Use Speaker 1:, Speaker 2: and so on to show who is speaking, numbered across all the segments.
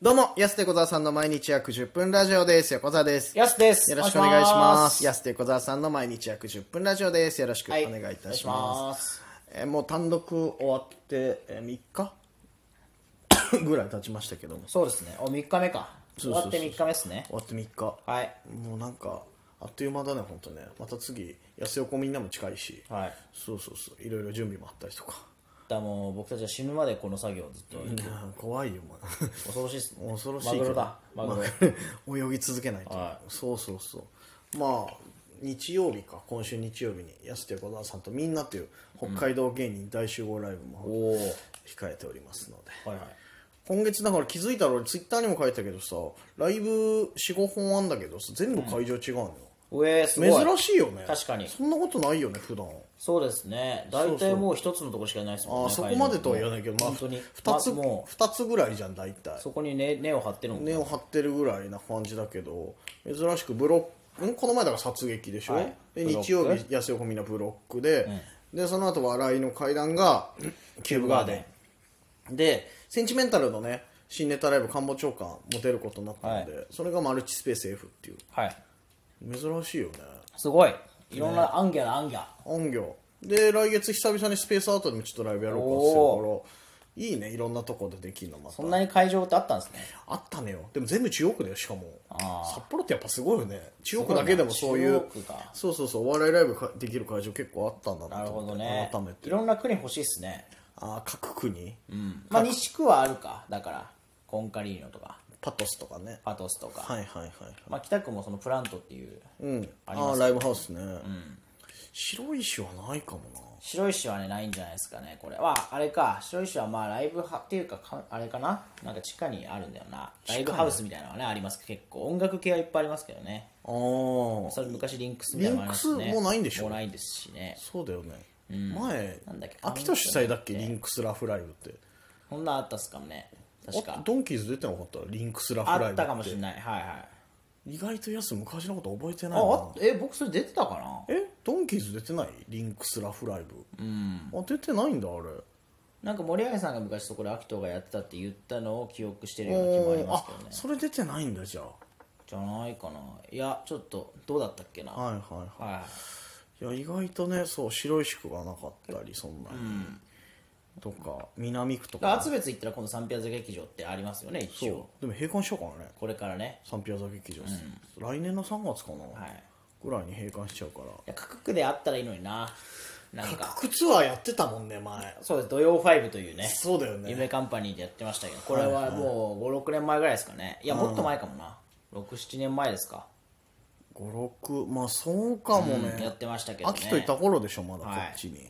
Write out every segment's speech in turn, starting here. Speaker 1: どうも、安手小沢さんの毎日約10分ラジオです。横澤です。
Speaker 2: やすです。
Speaker 1: よろしくお願いします。安手小沢さんの毎日約10分ラジオです。よろしくお
Speaker 2: はい
Speaker 1: 願いいたします。
Speaker 2: す。
Speaker 1: えーもう単独終わって、えー3日 ぐらい経ちましたけども、
Speaker 2: そうですね。お、3日目か。
Speaker 1: そうそ
Speaker 2: 終
Speaker 1: う
Speaker 2: わ
Speaker 1: そう
Speaker 2: って3日目ですね。
Speaker 1: 終わって3日。
Speaker 2: はい。
Speaker 1: もうなんか、あっという間だね、ほんとね。また次、安横みんなも近いし、
Speaker 2: はい。
Speaker 1: そうそうそう、いろいろ準備もあったりとか。
Speaker 2: だもう僕たちは死ぬまでこの作業をずっと。
Speaker 1: いや怖いよ、もう。
Speaker 2: 恐ろしいですね。
Speaker 1: 恐ろしい
Speaker 2: マ
Speaker 1: け
Speaker 2: グ
Speaker 1: ど
Speaker 2: ロだ。マグロ。
Speaker 1: マグ ロ泳ぎ続けないと、
Speaker 2: は
Speaker 1: そうそうそうまあ日曜日か今週日曜日に安手小沢さんとみんなという北海道芸人大集合ライブ
Speaker 2: お
Speaker 1: も
Speaker 2: お。はい
Speaker 1: 控えておりますので、
Speaker 2: はい。
Speaker 1: 今月だから気づいたら俺ツイッターにも書いたけどさライブ45本あんだけどさ全部会場違うのよ、
Speaker 2: 上、すごい。
Speaker 1: 珍しいよね
Speaker 2: 確かに
Speaker 1: そんなことないよね普段
Speaker 2: そうですね。大体もう一つのとこしかないですもん
Speaker 1: あ
Speaker 2: ね。
Speaker 1: そこまでとは言わないけど、まあ、
Speaker 2: 本当に。
Speaker 1: 2つ
Speaker 2: まもう、
Speaker 1: 二つぐらいじゃん大体
Speaker 2: そこに根根を張ってるもんね。
Speaker 1: 根を張ってるぐらいな感じだけど珍しくブロックんこの前だから殺撃でしょ、
Speaker 2: はい
Speaker 1: で
Speaker 2: ブロック
Speaker 1: 日曜日安横みんなブロックで、でその後笑いの階段がキューブガーデンでセンチメンタルのね新ネタライブ官房長官も出ることになったので、それがマルチスペース F っていう
Speaker 2: はい。
Speaker 1: 珍しいよね
Speaker 2: すごい。いろんな、アンギャだ、アンギャ。
Speaker 1: 音業で来月久々にスペースアウトでもちょっとライブやろうかっていうからいいねいろんなとこでできるのまた
Speaker 2: そんなに会場ってあったんですね。
Speaker 1: あったねよでも全部中央区だよしかも
Speaker 2: あ
Speaker 1: 札幌ってやっぱすごいよね中央区だけでもそうい
Speaker 2: 中央
Speaker 1: う
Speaker 2: 区か
Speaker 1: そうそうそうお笑いライブかできる会場結構あったんだ
Speaker 2: な
Speaker 1: な
Speaker 2: る
Speaker 1: と
Speaker 2: ほ
Speaker 1: 思
Speaker 2: ど
Speaker 1: って
Speaker 2: ね
Speaker 1: 改め。
Speaker 2: い
Speaker 1: て
Speaker 2: ろんな国欲しいですね。
Speaker 1: あー各区に
Speaker 2: まあ西区はあるかだからコンカリーノとか
Speaker 1: パトスとかね
Speaker 2: パトスとか、
Speaker 1: はいはいはい
Speaker 2: まあ、北区もそのプラントっていう、
Speaker 1: うんあーライブハウスね白石はないかもな
Speaker 2: 白石はねないんじゃないですかねこれはあれか白石はまあライブはっていうかかあれかななんか地下にあるんだよなライブハウスみたいなのはねあります結構音楽系はいっぱいありますけどね
Speaker 1: あー
Speaker 2: それ昔リンクスみたいなのありますね
Speaker 1: リンクスもうないんでしょ
Speaker 2: もうないですしね
Speaker 1: そうだよね前
Speaker 2: なんだっけ
Speaker 1: 秋田主催だっけリンクスラフライブって
Speaker 2: そんなあったっすかもね確
Speaker 1: あ
Speaker 2: か
Speaker 1: ドンキーズ出てなかったリンクスラフ
Speaker 2: あ
Speaker 1: ライブ
Speaker 2: ったかもしれ
Speaker 1: い
Speaker 2: ないはいはい
Speaker 1: 意外とやす昔のこと覚えてない
Speaker 2: あ
Speaker 1: な
Speaker 2: あえ僕それ出てたかな
Speaker 1: えドンキーズ出てないリンクスラフライブあ出てないんだあれ
Speaker 2: なんか森上さんが昔そこで秋人がやってたって言ったのを記憶してるような気もあり
Speaker 1: おー
Speaker 2: ます
Speaker 1: あ
Speaker 2: けどね
Speaker 1: それ出てないんだじゃ
Speaker 2: じゃないかないやちょっとどうだったっけな
Speaker 1: あ
Speaker 2: は
Speaker 1: はいはい
Speaker 2: い、
Speaker 1: はいいや意外とねそう白石区がなかったりそんなに、とか南区と
Speaker 2: だから
Speaker 1: か
Speaker 2: 厚別行ったら今度サンピアザ劇場ってありますよね
Speaker 1: そ
Speaker 2: 一
Speaker 1: う
Speaker 2: 応
Speaker 1: でも閉館しようかなね
Speaker 2: これからね
Speaker 1: サンピアザ劇場、来年の3月かな、
Speaker 2: はいい
Speaker 1: ぐらいに閉館しちゃうから
Speaker 2: や各区であったらいいのにななんか
Speaker 1: 各ツアーやってたもんね前
Speaker 2: そうです土曜ファイブというね
Speaker 1: そうだよね
Speaker 2: 夢カンパニーでやってましたけどこれはもう56年前ぐらいですかねいやもっと前かもな67年前ですか、
Speaker 1: 56まあそうかもね、
Speaker 2: やってましたけどね
Speaker 1: 秋といった頃でしょまだこ
Speaker 2: はい
Speaker 1: っちに、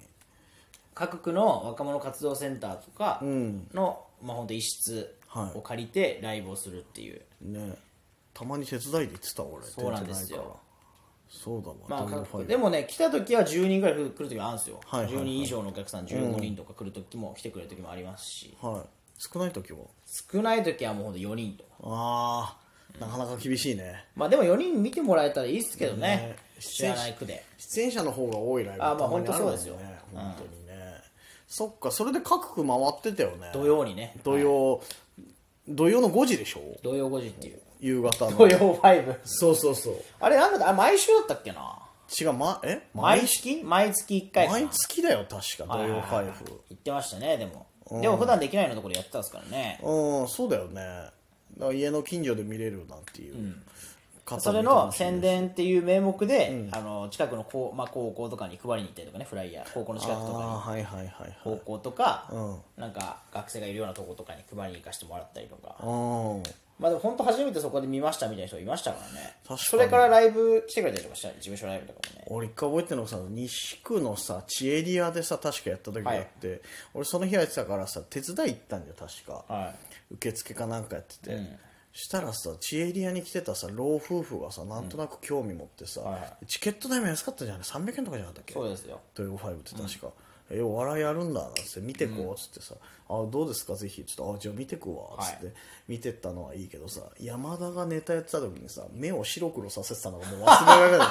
Speaker 2: 各区の若者活動センターとかの、まあ本当一室
Speaker 1: はい
Speaker 2: を借りてライブをするっていう、
Speaker 1: ねたまに手伝いで行ってた俺
Speaker 2: そうなんです
Speaker 1: 出て
Speaker 2: よ
Speaker 1: ないからそうだ
Speaker 2: ま
Speaker 1: わ、
Speaker 2: あ
Speaker 1: ドリル
Speaker 2: 各
Speaker 1: ファ
Speaker 2: 区
Speaker 1: イ
Speaker 2: でもね来た時は10人ぐらい来る時もあるんですよ、
Speaker 1: はいはいはい
Speaker 2: 10人以上のお客さん15人とか来る時も来てくれる時もありますし、
Speaker 1: ブはい少ない時も
Speaker 2: 少ない時はもうほんと4人とか
Speaker 1: ああなかなか厳しいね
Speaker 2: まあでも4人見てもらえたらいいですけどね
Speaker 1: ね
Speaker 2: 知らない区で
Speaker 1: 出演者の方が多いライブ
Speaker 2: あーまあ
Speaker 1: たまにるもんね
Speaker 2: 本当そうですよ
Speaker 1: 本当にね、そっかそれで各区回ってたよね
Speaker 2: 土曜にね
Speaker 1: 土曜、土曜の5時でしょ
Speaker 2: 土曜5時っていう
Speaker 1: 夕方の
Speaker 2: 土曜5
Speaker 1: そうそうそう
Speaker 2: あれなんだあ毎週だったっけな
Speaker 1: 違う、ま、え
Speaker 2: 毎月毎月1回かな
Speaker 1: 毎月だよ確か土曜配布
Speaker 2: 言ってましたねでも、でも普段できないようなところでやってたんですからね、
Speaker 1: うんそうだよねだから家の近所で見れるなんていう、方もいたかもし
Speaker 2: そ
Speaker 1: ない
Speaker 2: れの宣伝っていう名目で、あの近くの高,、まあ、高校とかに配りに行ったりとかねフライヤー高校の近くとかに
Speaker 1: あーはいはいはいはい
Speaker 2: 高校とか、
Speaker 1: う
Speaker 2: なんか学生がいるようなとことかに配りに行かせてもらったりとか
Speaker 1: うん
Speaker 2: まあでも本当初めてそこで見ましたみたいな人いましたからね
Speaker 1: 確かに
Speaker 2: それからライブ来てくれたりとかしたり事務所ライブとかもね
Speaker 1: 俺一回覚えてるのがさ西区のさ地エリアでさ確かやった時があって、俺その日やってたからさ手伝い行ったんだよ確か、
Speaker 2: は
Speaker 1: 受付かなんかやってて、したらさ地エリアに来てたさ老夫婦がさなんとなく興味持ってさ、チケット代も安かったじゃない300円とかじゃなかったっけ
Speaker 2: そうですよ
Speaker 1: 土曜ファイブって確か、えお笑いやるんだなっつって見てこうっつってさ、あどうですかぜひちょっとあじゃあ見てくわっつって、見てったのはいいけどさ山田がネタやってた時にさ目を白黒させてたのがもう忘れられない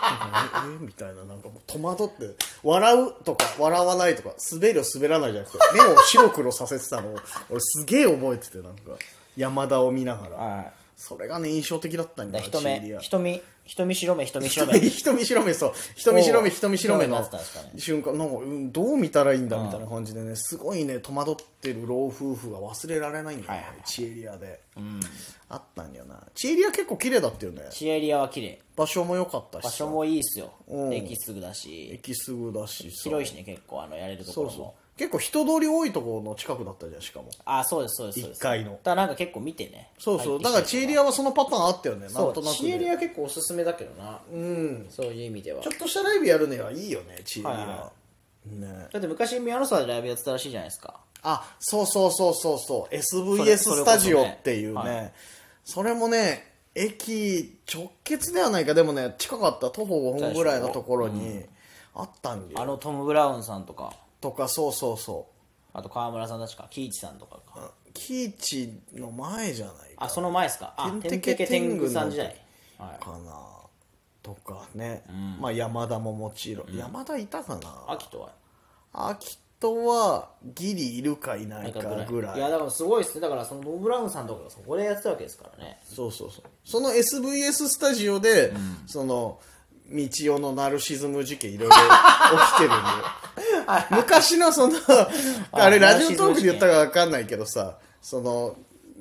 Speaker 1: ええみたいななんかもう戸惑って笑うとか笑わないとか滑る滑らないじゃなくて目を白黒させてたのを俺すげえ覚えててなんか山田を見ながら、
Speaker 2: はい
Speaker 1: それがね印象的だったんだよ
Speaker 2: だ人
Speaker 1: チーリ
Speaker 2: 目
Speaker 1: ア
Speaker 2: 瞳瞳白目瞳白 目
Speaker 1: 人見白目そう人見白目
Speaker 2: おう
Speaker 1: 人見白目
Speaker 2: 人見白目にな
Speaker 1: の
Speaker 2: ってたんですかね
Speaker 1: 瞬間なんか、うん、どう見たらいいんだみたいな感じでねすごいね戸惑ってる老夫婦が忘れられないんだよ、ね
Speaker 2: はいはいはい
Speaker 1: チエリアで、あったんだよなチエリア結構綺麗だったよね
Speaker 2: シエリアは綺麗
Speaker 1: 場所も良かったしさ
Speaker 2: 場所もいいっすよ
Speaker 1: うん
Speaker 2: 駅すぐだし
Speaker 1: 駅すぐだしさ
Speaker 2: 広いしね結構あのやれるとこ
Speaker 1: そ
Speaker 2: ろ
Speaker 1: う
Speaker 2: も
Speaker 1: そう結構人通り多いところの近くだったじゃんしかも
Speaker 2: あそうですそうですそうです
Speaker 1: 一階の
Speaker 2: だからなんか結構見てね
Speaker 1: そうそう
Speaker 2: 入
Speaker 1: だ
Speaker 2: っ
Speaker 1: から
Speaker 2: てき
Speaker 1: チエリアはそのパターンあったよね
Speaker 2: たり
Speaker 1: なんとな
Speaker 2: そう
Speaker 1: く
Speaker 2: シエ
Speaker 1: ね、
Speaker 2: リア結構おすすめだけどなうんそういう意味では
Speaker 1: ちょっとしたライブやるにはいいよねチエリア、
Speaker 2: はいは
Speaker 1: ね
Speaker 2: だって昔宮野沢でライブやってたらしいじゃないですか
Speaker 1: あそうそうそうそうそう
Speaker 2: それ
Speaker 1: SVS
Speaker 2: それこそね
Speaker 1: スタジオっていうねそ
Speaker 2: は
Speaker 1: れもね駅直結ではないかでもね近かった徒歩5分ぐらいのところにあったんだ
Speaker 2: あ
Speaker 1: よ
Speaker 2: のトム・ブラウンさんとか
Speaker 1: とかそうそうそ
Speaker 2: あと川村さんたちか喜一さんとかか
Speaker 1: うキーチの前じゃない
Speaker 2: あ
Speaker 1: か
Speaker 2: その前ですかあ
Speaker 1: 天
Speaker 2: 天
Speaker 1: てけ
Speaker 2: 敵
Speaker 1: 天
Speaker 2: 天
Speaker 1: 狗
Speaker 2: 狗
Speaker 1: の
Speaker 2: さん時代はい
Speaker 1: かなとかね、まあ山田ももちろん、山田いたかな
Speaker 2: 秋とは
Speaker 1: 秋人はギリいるかいない
Speaker 2: な
Speaker 1: か
Speaker 2: んか
Speaker 1: ぐ
Speaker 2: ぐ
Speaker 1: ら
Speaker 2: ら
Speaker 1: い
Speaker 2: いいやだからすごいっすねだからそのトム・ブラウンさんとかがそこでやってたわけですからね
Speaker 1: そうそうそうその SVS スタジオで、その道代のナルシズム事件いろいろ 起きてるんで昔のそのあれ
Speaker 2: ナ
Speaker 1: ラジ
Speaker 2: ル
Speaker 1: オ
Speaker 2: シズ
Speaker 1: トーク
Speaker 2: ム事件
Speaker 1: で言ったかわかんないけどさその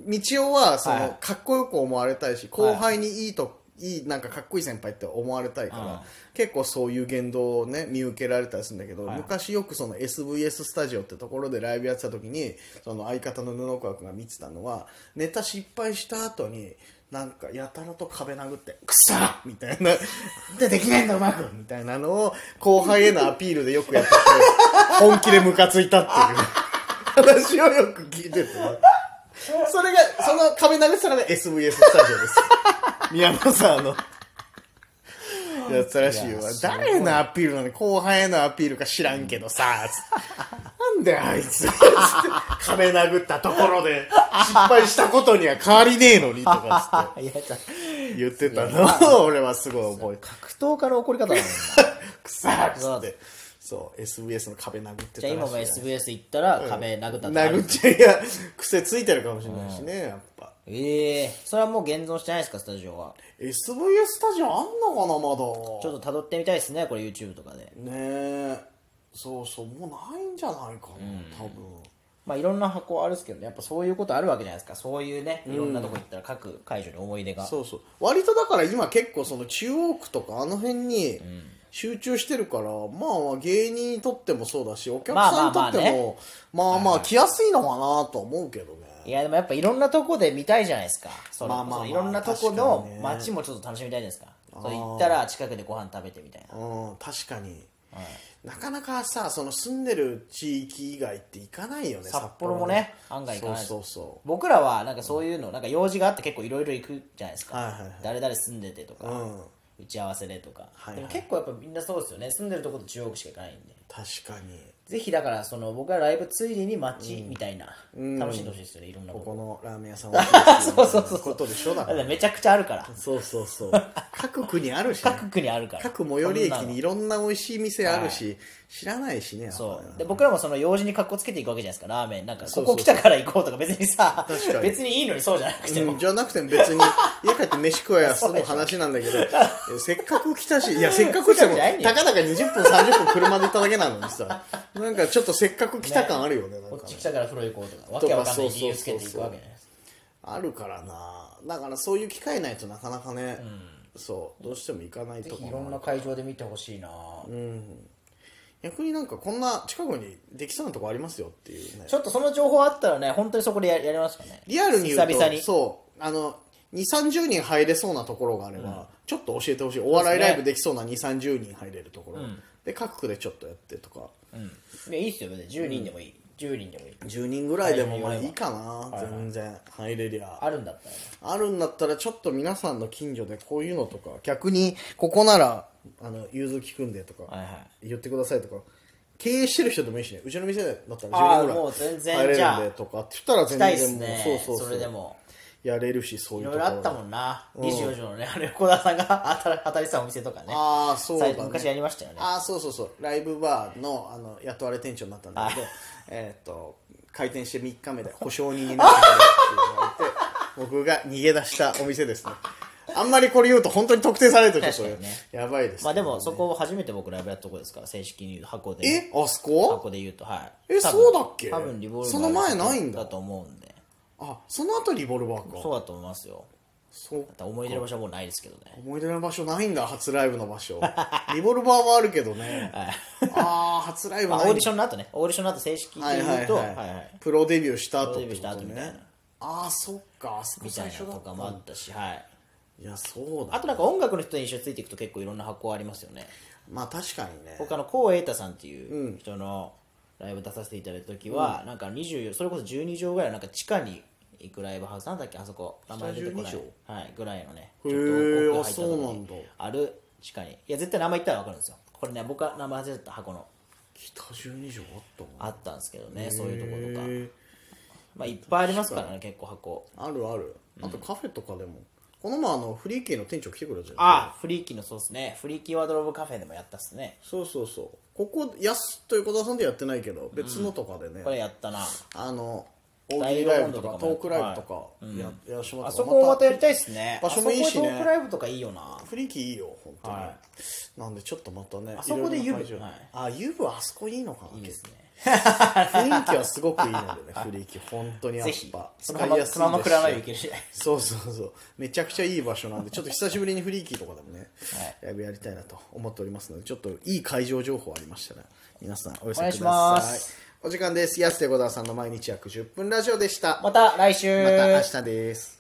Speaker 1: 道代はその、
Speaker 2: はい
Speaker 1: かっこよく思われたいし後輩にいいと、いいなんかかっこいい先輩って思われたいから、
Speaker 2: うん
Speaker 1: 結構そういう言動をね見受けられたりするんだけど、
Speaker 2: い
Speaker 1: 昔よくその SVS スタジオってところでライブやってた時にその相方の布川君が見てたのはネタ失敗した後になんかやたらと壁殴って「くそ!」みたいな 「でできないんだうまく!」みたいなのを後輩へのアピールでよくやってて本気でムカついたっていう 話をよく聞いてて。それが、その壁殴ってたのが SVS スタジオ です。宮本さんの。やってたらしい
Speaker 2: い
Speaker 1: わ
Speaker 2: やすごい
Speaker 1: 誰へのアピールなの後輩へのアピールか知らんけどさ、なんであい つ壁殴ったところで失敗したことには変わりねえのにとか
Speaker 2: あいやだ
Speaker 1: つって言ってた のを俺はすごい覚えて
Speaker 2: 格闘家の怒り方なのよ
Speaker 1: くさーっつってそう SVS の壁殴ってた
Speaker 2: じ
Speaker 1: らし
Speaker 2: ゃあ
Speaker 1: い
Speaker 2: 今も SBS 行ったら壁殴ったってあ
Speaker 1: 殴
Speaker 2: る
Speaker 1: っちゃいや癖ついてるかもしれないしねやっぱ
Speaker 2: ええそれはもう現存してないですかスタジオは
Speaker 1: SVS スタジオあんのかなまだ
Speaker 2: ちょっと辿ってみたいですねこれ YouTube とかで
Speaker 1: ねえそうそうもうないんじゃないかな、多分
Speaker 2: まあいろんな箱あるんですけどねやっぱそういうことあるわけじゃないですかそういうねいろんなとこ行ったら各会場に思い出が、
Speaker 1: そうそう割とだから今結構その中央区とかあの辺に集中してるから、まあ芸人にとってもそうだしお客さんにとってもまあまあ,、来やすいのかなとは思うけど
Speaker 2: い
Speaker 1: ね
Speaker 2: やでもやっぱいろんなとこで見たいじゃないですかそれ
Speaker 1: まあまあまあ
Speaker 2: いろんなとこ
Speaker 1: 確
Speaker 2: の
Speaker 1: かにね
Speaker 2: 街もちょっと楽しみたいじゃないですかそう行ったら近くでご飯食べてみたいな
Speaker 1: うん確かに、なかなかさその住んでる地域以外って行かないよね
Speaker 2: 札幌もね案外行かな
Speaker 1: そ
Speaker 2: い
Speaker 1: うそうそう
Speaker 2: 僕らはなんかそういうの、なんか用事があって結構いろいろ行くじゃないですか、
Speaker 1: はいはいはい
Speaker 2: 誰々住んでてとか、
Speaker 1: うん
Speaker 2: 打ち合わせでとか、
Speaker 1: はいはい
Speaker 2: でも結構やっぱみんなそうですよね住んでるとこと中央区しか行かないんで
Speaker 1: 確かに
Speaker 2: ぜひだからその僕はライブついでに街みたいな、
Speaker 1: ん
Speaker 2: 楽しんでほしいですよねいろんなこ
Speaker 1: ことこのラーメン屋さんは
Speaker 2: そうそうそう
Speaker 1: ことでしょだ
Speaker 2: だ
Speaker 1: か
Speaker 2: かららめちゃくちゃあるから
Speaker 1: そうそうそう各区にあるし、ね、
Speaker 2: 各区にあるから
Speaker 1: 各最寄り駅
Speaker 2: そんな
Speaker 1: に
Speaker 2: の
Speaker 1: いろんな美味しい店あるし、知らないしねやっぱね
Speaker 2: そうで僕らもその用事に格好つけていくわけじゃないですかラーメンなんか
Speaker 1: そ
Speaker 2: こ
Speaker 1: うそう
Speaker 2: こ来たから行こうとか別にさ
Speaker 1: 確かに
Speaker 2: 別にいいのにそうじゃなくて
Speaker 1: うんじゃなくても別に家帰って飯食わや済む話なんだけどえせっかく来たしいやせっかく来ても
Speaker 2: せっかくじゃ
Speaker 1: たかだか20分30分車で行っただけなのにさなんかちょっとせっかく来た感あるよねなん
Speaker 2: こ
Speaker 1: か
Speaker 2: っ
Speaker 1: ね
Speaker 2: ち来たから風呂行こうとかわけわかんな
Speaker 1: そう
Speaker 2: い
Speaker 1: そうそうそう
Speaker 2: 理由つけていくわけじゃないですか
Speaker 1: あるからなだからそういう機会ないとなかなかね、そうどうしても行かないと
Speaker 2: ぜ
Speaker 1: こ
Speaker 2: ひ
Speaker 1: も
Speaker 2: い
Speaker 1: ある
Speaker 2: ろんな会場で見てほしいな、
Speaker 1: 逆になんかこんな近くにできそうなとこありますよっていうね
Speaker 2: ちょっとその情報あったらね本当にそこでややりますかね
Speaker 1: リアルに言うと
Speaker 2: 久々に
Speaker 1: そうあの2 3 0人入れそうなところがあれば、ちょっと教えてほしいお笑いライブできそうな2 3 0人入れるところ、で各区でちょっとやってとか、
Speaker 2: いやいいっすよ別に10人でもいい、10人でもいい
Speaker 1: 10人ぐらいでも
Speaker 2: はい
Speaker 1: まあいいかな、全然入れりゃ
Speaker 2: あるんだったらね
Speaker 1: あるんだったらちょっと皆さんの近所でこういうのとか逆にここならあの融通きくんでとか、
Speaker 2: はいはい
Speaker 1: 言ってくださいとか経営してる人でもいいしねうちの店だったら
Speaker 2: あ
Speaker 1: 10人ぐ
Speaker 2: ー
Speaker 1: らい
Speaker 2: もう全然
Speaker 1: 入れ
Speaker 2: じ
Speaker 1: る
Speaker 2: ゃ
Speaker 1: ん
Speaker 2: あ
Speaker 1: でとかって言った
Speaker 2: し
Speaker 1: ら
Speaker 2: たい
Speaker 1: 全
Speaker 2: っす
Speaker 1: 然もう
Speaker 2: ね
Speaker 1: そうそう
Speaker 2: れで
Speaker 1: そう
Speaker 2: も
Speaker 1: やれるしそう
Speaker 2: い
Speaker 1: いう
Speaker 2: ろ
Speaker 1: とこ
Speaker 2: い
Speaker 1: ろ
Speaker 2: ろあったもんな、24畳のねあれ小田さんが 働働いてたお店とかね
Speaker 1: あーそうだね
Speaker 2: 最昔やりましたよね
Speaker 1: ああそうそうそうライブバーのあの雇われ店長になったんだけどえーっと開店して3日目で保証人になってくれって言われて僕が逃げ出したお店ですね。あんまりこれ言うと本当に特定されるとちょっとそれ
Speaker 2: 確かにね
Speaker 1: やばいですね、
Speaker 2: まあでもそこ初めて僕ライブやったとこですから正式に言う箱で
Speaker 1: えあそこ
Speaker 2: 箱で言うとはい
Speaker 1: え
Speaker 2: 多分
Speaker 1: そうだっけ
Speaker 2: 多分リボルバー
Speaker 1: その前ないんだ
Speaker 2: だと思うんで
Speaker 1: あ、その後リボルバーか。
Speaker 2: そうだと思いますよ
Speaker 1: そう
Speaker 2: だから思い出の場所はもうないですけどね
Speaker 1: 思い出の場所ないんだ、初ライブの場所。リボルバーはあるけどね。ああ、初ライブ
Speaker 2: まあ
Speaker 1: な
Speaker 2: オ
Speaker 1: いんだ
Speaker 2: ーディションの後ねオーディションの後正式に
Speaker 1: はいは
Speaker 2: 言
Speaker 1: いう
Speaker 2: と
Speaker 1: は、
Speaker 2: はいいはい
Speaker 1: プロデビューした後
Speaker 2: プ
Speaker 1: っ
Speaker 2: ロデビュ
Speaker 1: て
Speaker 2: ー
Speaker 1: こ
Speaker 2: した
Speaker 1: と
Speaker 2: 後みたい
Speaker 1: ね
Speaker 2: な
Speaker 1: ああそっかあそこ
Speaker 2: みたい
Speaker 1: 最初
Speaker 2: な
Speaker 1: だ
Speaker 2: と
Speaker 1: った
Speaker 2: か
Speaker 1: ん
Speaker 2: もあ
Speaker 1: だ
Speaker 2: ったしはい
Speaker 1: いやそう
Speaker 2: あ
Speaker 1: だ
Speaker 2: となんか音楽の人に一緒についていくと結構いろんな箱ありますよね
Speaker 1: まあ確かにね
Speaker 2: 僕あのコウエイタさんっていう人のライブ出させていただいた時は、なんか20それこそ12畳ぐらいのなんか地下に行くライブハウスなんだっけあそこ名前出てこない
Speaker 1: 下12
Speaker 2: はいぐらいのね
Speaker 1: へー
Speaker 2: ちょっと奥
Speaker 1: あそう
Speaker 2: 入
Speaker 1: な
Speaker 2: っ
Speaker 1: ん
Speaker 2: た
Speaker 1: だ
Speaker 2: とこにある地下にいや絶対名前言ったら分かるんですよこれね僕は名前忘れてた箱の
Speaker 1: 北十二条あったもん
Speaker 2: あったんですけどねそういうところとか
Speaker 1: へえ
Speaker 2: まあいっぱいありますからね結構箱
Speaker 1: あるあるあとカフェとかでも、この前あのフリーキーの店長来てくれたじゃん
Speaker 2: ああフリーキーのそうですねフリーキーワードローブカフェでもやったっすね
Speaker 1: そうそうそうここやすと横田さんでやってないけど別のとかでね、
Speaker 2: これやったな
Speaker 1: あの大喜利ライブとか
Speaker 2: 大喜利ライブとかも
Speaker 1: トークライブとかや,、やらしてもら
Speaker 2: あ
Speaker 1: った
Speaker 2: そこもまたやりたいっすね
Speaker 1: 場所もいいしね
Speaker 2: あそこトークライブとかいいよな
Speaker 1: フリーキーいいよ本当に、
Speaker 2: は
Speaker 1: なんでちょっとまたねあ
Speaker 2: そこで湯船はい
Speaker 1: あ湯船あそこいいのかない
Speaker 2: いですね
Speaker 1: 雰囲気はすごくい いのでねフリーキー本当にやっ
Speaker 2: ぜひ
Speaker 1: ぱ、
Speaker 2: そ
Speaker 1: 使
Speaker 2: の
Speaker 1: い
Speaker 2: まま、
Speaker 1: やす
Speaker 2: そ
Speaker 1: い
Speaker 2: のまま
Speaker 1: で
Speaker 2: 食らないとい
Speaker 1: すし
Speaker 2: ける し。
Speaker 1: そうそうそうめちゃくちゃいい場所なんでちょっと久しぶりにフリーキーとかでもね、ライブやりたいなと思っておりますのでちょっといい会場情報ありましたら皆さんお寄せください
Speaker 2: お願いします
Speaker 1: お時間です安手小沢さんの毎日約10分ラジオでしたま
Speaker 2: また来週
Speaker 1: た明日です